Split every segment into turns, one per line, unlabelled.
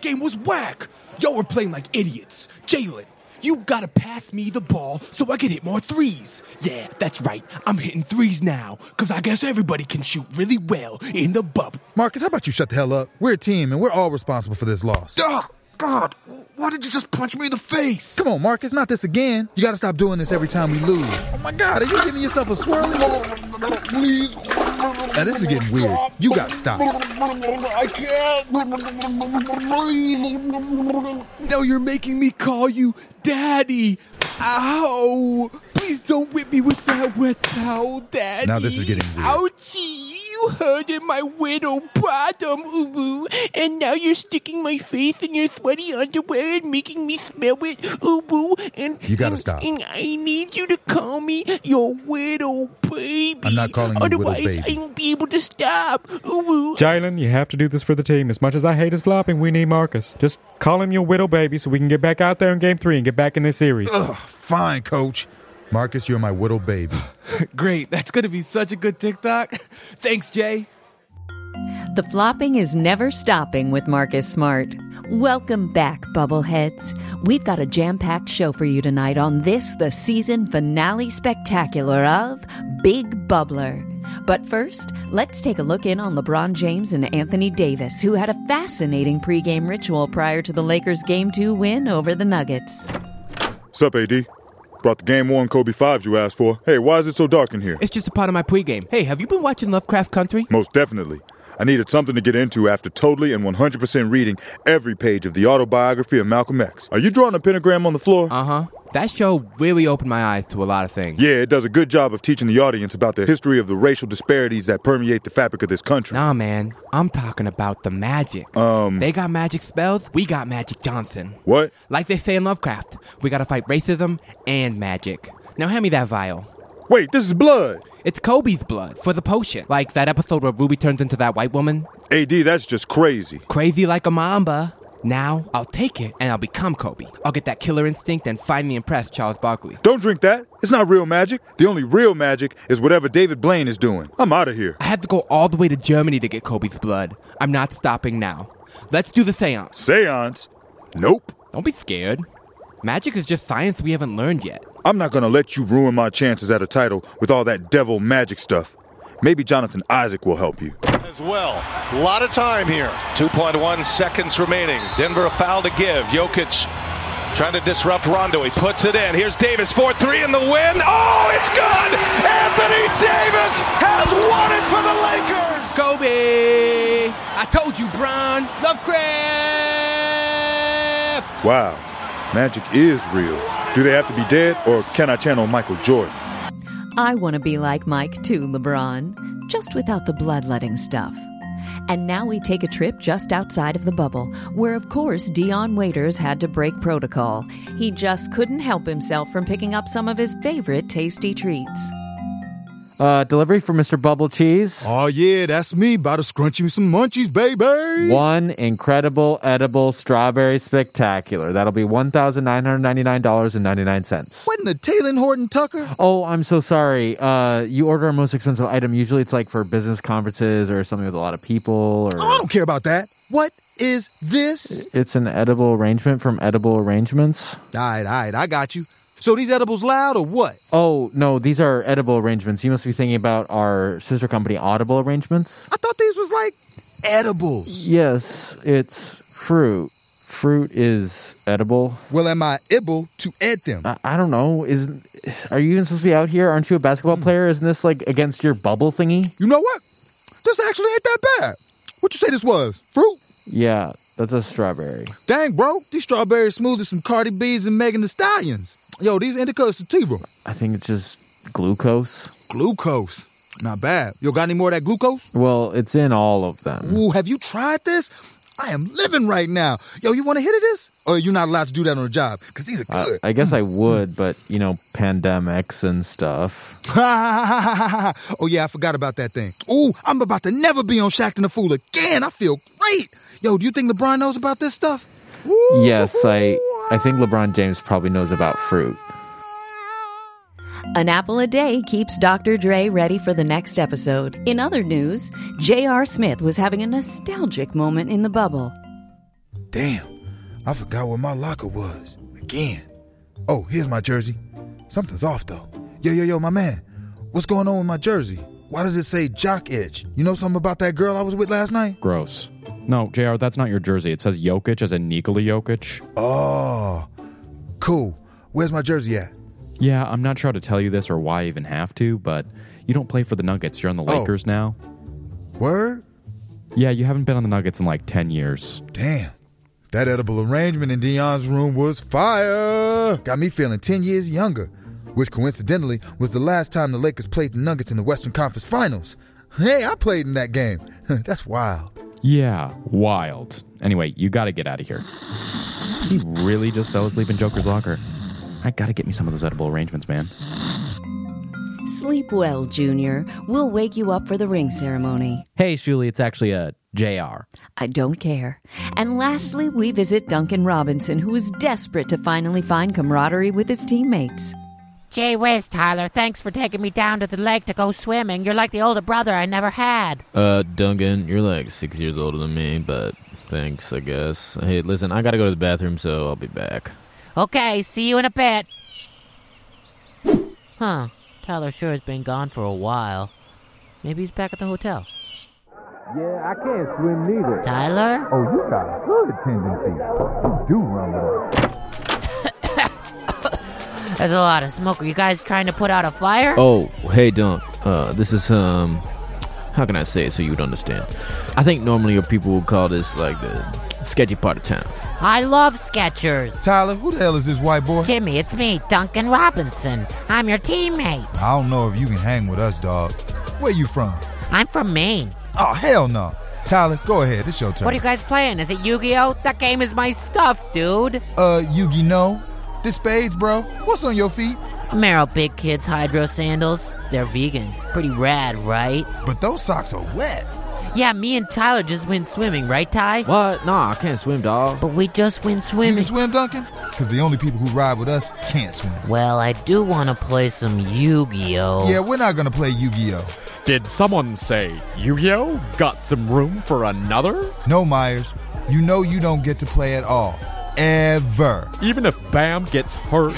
game was whack. Y'all were playing like idiots. Jalen, you gotta pass me the ball so I can hit more threes. Yeah, that's right. I'm hitting threes now, because I guess everybody can shoot really well in the bubble.
Marcus, how about you shut the hell up? We're a team and we're all responsible for this loss.
Duh! God, why did you just punch me in the face?
Come on, Marcus, not this again. You gotta stop doing this every time we lose. Oh my god, are you giving yourself a swirly?
Please.
Now this is getting weird. You gotta stop.
I can't.
Now you're making me call you daddy. Ow! Please don't whip me with that wet towel, daddy.
Now this is getting weird.
Ouchie! You hurted my widow bottom, ooh, ooh. and now you're sticking my face in your sweaty underwear and making me smell it, ooh, ooh. And
You gotta
and-
stop.
And I need you to call me your widow baby.
I'm not calling you widow
Otherwise,
baby.
I won't be able to stop. Ooh, ooh.
Jalen, you have to do this for the team. As much as I hate his flopping, we need Marcus. Just call him your widow baby so we can get back out there in game three and get back in this series.
Fine, coach. Marcus, you're my widow baby.
Great. That's going to be such a good TikTok. Thanks, Jay.
The flopping is never stopping with Marcus Smart. Welcome back, Bubbleheads. We've got a jam packed show for you tonight on this, the season finale spectacular of Big Bubbler. But first, let's take a look in on LeBron James and Anthony Davis, who had a fascinating pregame ritual prior to the Lakers' Game 2 win over the Nuggets.
Sup, AD? Brought the game one Kobe fives you asked for. Hey, why is it so dark in here?
It's just a part of my pregame. Hey, have you been watching Lovecraft Country?
Most definitely. I needed something to get into after totally and 100% reading every page of the autobiography of Malcolm X. Are you drawing a pentagram on the floor?
Uh huh. That show really opened my eyes to a lot of things.
yeah, it does a good job of teaching the audience about the history of the racial disparities that permeate the fabric of this country.
Nah, man. I'm talking about the magic. Um. They got magic spells. We got Magic Johnson.
Mm. What?
Like they say in Lovecraft, we gotta fight racism and magic. Now hand me that vial.
Wait, this is blood!
It's Kobe's blood for the potion. Like that episode where Ruby turns into that white woman.
AD, that's just crazy.
Crazy like a mamba. Now I'll take it and I'll become Kobe. I'll get that killer instinct and finally impress Charles Barkley.
Don't drink that. It's not real magic. The only real magic is whatever David Blaine is doing. I'm out of here.
I had to go all the way to Germany to get Kobe's blood. I'm not stopping now. Let's do the seance.
Seance? Nope.
Don't be scared. Magic is just science we haven't learned yet.
I'm not gonna let you ruin my chances at a title with all that devil magic stuff. Maybe Jonathan Isaac will help you.
as well. A lot of time here.
2.1 seconds remaining. Denver a foul to give. Jokic trying to disrupt Rondo. He puts it in. Here's Davis 4 3 in the win. Oh, it's good! Anthony Davis has won it for the Lakers!
Kobe! I told you, Bron! Lovecraft!
Wow, magic is real. Do they have to be dead, or can I channel Michael Jordan?
I want to be like Mike too, LeBron, just without the bloodletting stuff. And now we take a trip just outside of the bubble, where of course Dion Waiters had to break protocol. He just couldn't help himself from picking up some of his favorite tasty treats.
Uh, delivery for Mr. Bubble Cheese.
Oh yeah, that's me. About to scrunch you some munchies, baby.
One incredible edible strawberry spectacular. That'll be one thousand nine hundred ninety nine dollars and ninety nine cents.
Wasn't the Taylor Horton Tucker?
Oh, I'm so sorry. Uh, you order our most expensive item. Usually, it's like for business conferences or something with a lot of people. Or
Oh, I don't care about that. What is this?
it's an edible arrangement from Edible Arrangements.
All right, all right, I got you. So these edibles loud or what?
Oh no, these are edible arrangements. You must be thinking about our sister company, Audible Arrangements.
I thought these was like edibles.
Yes, it's fruit. Fruit is edible.
Well, am I able to ed them?
I, I don't know. Is are you even supposed to be out here? Aren't you a basketball player? Isn't this like against your bubble thingy?
Hmm. You know Oh, what? This actually ain't that bad. What you say this was? Fruit?
Yeah, that's a strawberry.
Dang, bro, these strawberry smoothies from Cardi B's and Megan The Stallions. Yo, these indica sativa.
I think it's just glucose.
Glucose. Not bad. Yo, got any more of that glucose?
Well, it's in all of them.
Ooh, have you tried this? I am living right now. Yo, you want to hit of this? Or you not allowed to do that on the job? Because these are
I,
good. Hmm.
I guess I would, but you know, pandemics and stuff.
oh, yeah, I forgot about that thing. Ooh, I'm about to never be on Shaq and the Fool again. I feel great. Yo, do you think LeBron knows about this stuff? Ooh,
Yes, I I think LeBron James probably knows about fruit.
An apple a day keeps Dr. Dre ready for the next episode. In other news, J.R. Smith was having a nostalgic moment in the bubble.
Damn, I forgot where my locker was. Again. Oh, here's my jersey. Something's off though. Yo, yo, yo, my man. What's going on with my jersey? Why does it say jock itch? You know something about that girl I was with last night?
Gross. No, JR, that's not your jersey. It says Jokic as in Nikola Jokic.
Oh, cool. Where's my jersey at?
Yeah, I'm not sure how to tell you this or why I even have to, but you don't play for the Nuggets. You're on the
Oh.
Lakers now.
Word?
Yeah, you haven't been on the Nuggets in like 10 years.
Damn. That edible arrangement in Dion's room was fire. Got me feeling 10 years younger, which coincidentally was the last time the Lakers played the Nuggets in the Western Conference Finals. Hey, I played in that game. That's wild.
Yeah, wild. Anyway, you gotta get out of here. He really just fell asleep in Joker's locker. I gotta get me some of those edible arrangements, man.
Sleep well, Junior. We'll wake you up for the ring ceremony.
Hey, Shuli, it's actually a JR.
I don't care. And lastly, we visit Duncan Robinson, who is desperate to finally find camaraderie with his teammates.
Jay Wiz, Tyler, thanks for taking me down to the lake to go swimming. You're like the older brother I never had.
Uh, Duncan, you're like six years older than me, but thanks, I guess. Hey, listen, I gotta go to the bathroom, so I'll be back.
Okay, see you in a bit. Huh. Tyler sure has been gone for a while. Maybe he's back at the hotel.
Yeah, I can't swim neither.
Tyler?
Oh, you got a good tendency. You do run with us.
There's a lot of smoke. Are you guys trying to put out a fire?
Oh, hey, Dunk. Uh, this is, um, how can I say it so you'd understand? I think normally your people would call this, like, the sketchy part of town.
I love Skechers.
Tyler, who the hell is this white boy?
Jimmy, it's me, Duncan Robinson. I'm your teammate.
I don't know if you can hang with us, dog. Where you from?
I'm from Maine.
Oh, hell no. Tyler, go ahead. It's your turn.
What are you guys playing? Is it Yu-Gi-Oh? That game is my stuff, dude.
Uh, Yugi, no. This spades, bro. What's on your feet?
Merrill Big Kids Hydro Sandals. They're vegan. Pretty rad, right?
But those socks are wet.
Yeah, me and Tyler just went swimming, right, Ty?
What? Nah, I can't swim, dog.
But we just went
You can
swimming.
swim, Duncan? Because the only people who ride with us can't swim.
well, I do want to play some Yu-Gi-Oh.
Yeah, we're not gonna play Yu-Gi-Oh.
Did someone say Yu-Gi-Oh? Got some room for another?
No, Myers, you know you don't get to play at all, ever.
Even if Bam gets hurt.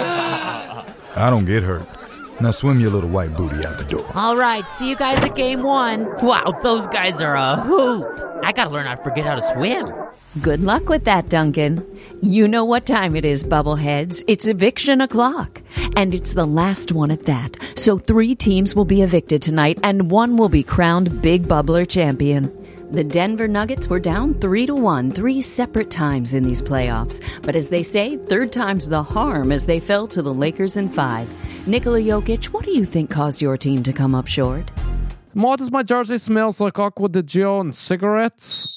I don't get hurt. Now swim your little white booty out the door.
All right, see you guys at game one. Wow, those guys are a hoot. I gotta learn how to forget how to swim.
Good luck with that, Duncan. You know what time it is, Bubbleheads. It's eviction o'clock. And it's the last one at that. So three teams will be evicted tonight, and one will be crowned Big Bubbler champion. The Denver Nuggets were down 3 to 1 three separate times in these playoffs. But as they say, third time's the harm as they fell to the Lakers in 5. Nikola Jokic, what do you think caused your team to come up short?
What does my jersey smells like aqua de gio and cigarettes?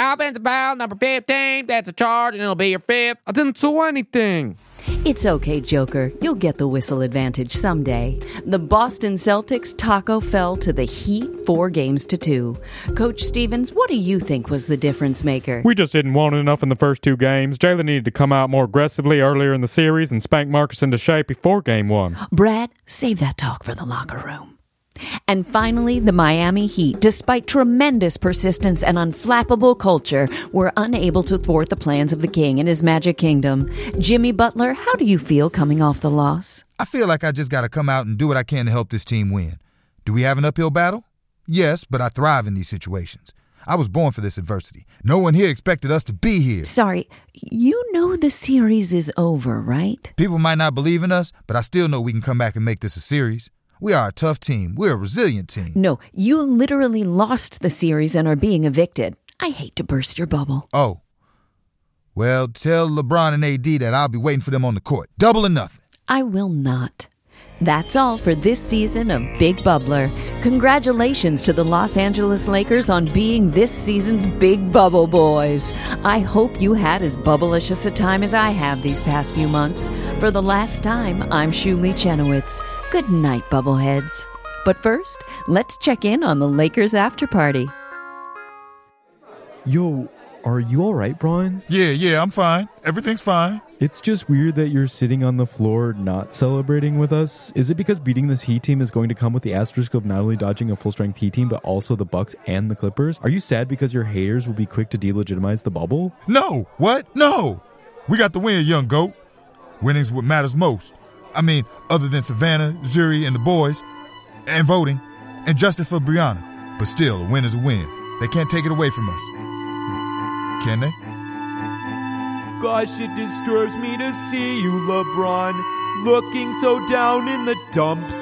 Offensive foul, number 15. That's a charge, and it'll be your fifth.
I didn't do anything.
It's okay, Joker. You'll get the whistle advantage someday. The Boston Celtics taco fell to the Heat four games to two. Coach Stevens, what do you think was the difference maker?
We just didn't want it enough in the first two games. Jalen needed to come out more aggressively earlier in the series and spank Marcus into shape before game one.
Brad, save that talk for the locker room. And finally, the Miami Heat, despite tremendous persistence and unflappable culture, were unable to thwart the plans of the king and his Magic Kingdom. Jimmy Butler, how do you feel coming off the loss?
I feel like I just gotta come out and do what I can to help this team win. Do we have an uphill battle? Yes, but I thrive in these situations. I was born for this adversity. No one here expected us to be here.
Sorry, you know the series is over, right?
People might not believe in us, but I still know we can come back and make this a series. We are a tough team. We're a resilient team.
No, you literally lost the series and are being evicted. I hate to burst your bubble.
Oh. Well, tell LeBron and AD that I'll be waiting for them on the court. Double or nothing.
I will not. That's all for this season of Big Bubbler. Congratulations to the Los Angeles Lakers on being this season's Big Bubble Boys. I hope you had as bubblicious a time as I have these past few months. For the last time, I'm Shuli Chenowitz. Good night, Bubbleheads. But first, let's check in on the Lakers after party.
Yo, Are you all right, Brian?
Yeah, yeah, I'm fine. Everything's fine.
It's just weird that you're sitting on the floor not celebrating with us. Is it because beating this Heat team is going to come with the asterisk of not only dodging a full-strength Heat team but also the Bucks and the Clippers? Are you sad because your haters will be quick to delegitimize the bubble?
No, what? No. We got the win, young goat. Winning's what matters most. I mean, other than Savannah, Zuri, and the boys, and voting, and justice for Brianna. But still, a win is a win. They can't take it away from us. Can they?
Gosh, it disturbs me to see you, LeBron, looking so down in the dumps.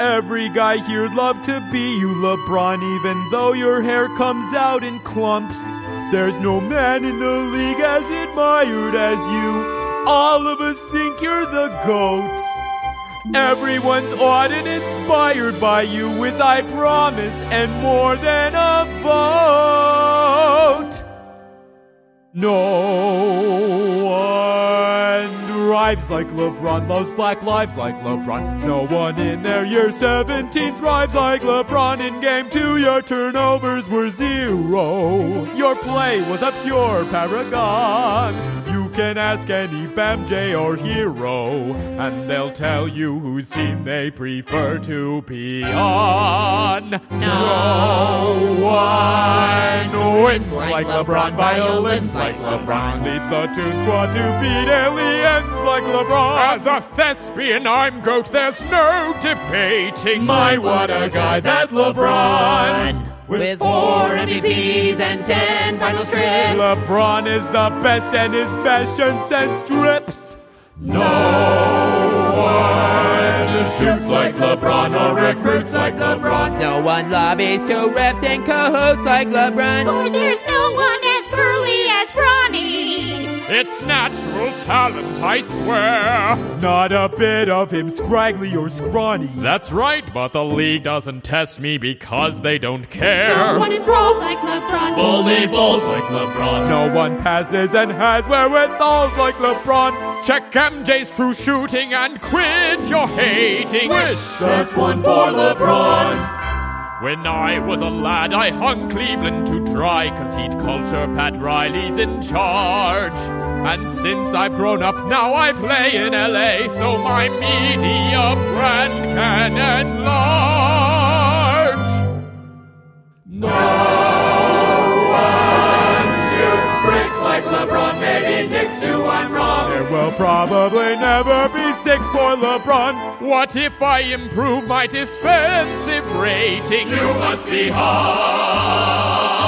Every guy here'd love to be you, LeBron, even though your hair comes out in clumps. There's no man in the league as admired as you. All of us think you're the GOAT. Everyone's awed and inspired by you with I promise and more than a vote. No one drives like LeBron, loves black lives like LeBron. No one in their year 17 thrives like LeBron. In game two, your turnovers were zero. Your play was a pure paragon. You can ask any BamJ or hero, and they'll tell you whose team they prefer to be on. No, one wins like LeBron, violins like LeBron, leads the Toon Squad to beat aliens like LeBron.
As a thespian, I'm goat, there's no debating.
My, what a guy, that LeBron.
With four MVPs and ten final strips.
LeBron is the best, and his fashion sense drips. No one shoots like LeBron or recruits like LeBron.
No one lobbies to refs and cahoots like LeBron.
For there's no one as burly as Bronny.
It's natural talent, I swear.
Not a bit of him scraggly or scrawny.
That's right, but the league doesn't test me because they don't
No
care.
one enthralls like LeBron.
Bully balls like LeBron.
No one passes and has wherewithals like LeBron.
Check MJ's true shooting and quit your hating.
That's one for LeBron.
When I was a lad, I hung Cleveland to dry, cause he'd culture Pat Riley's in charge. And since I've grown up, now I play in LA, so my media brand can enlarge.
Bricks like LeBron, maybe Knicks do, I'm wrong. There will probably never be six for LeBron.
What if I improve my defensive rating?
You must be hard.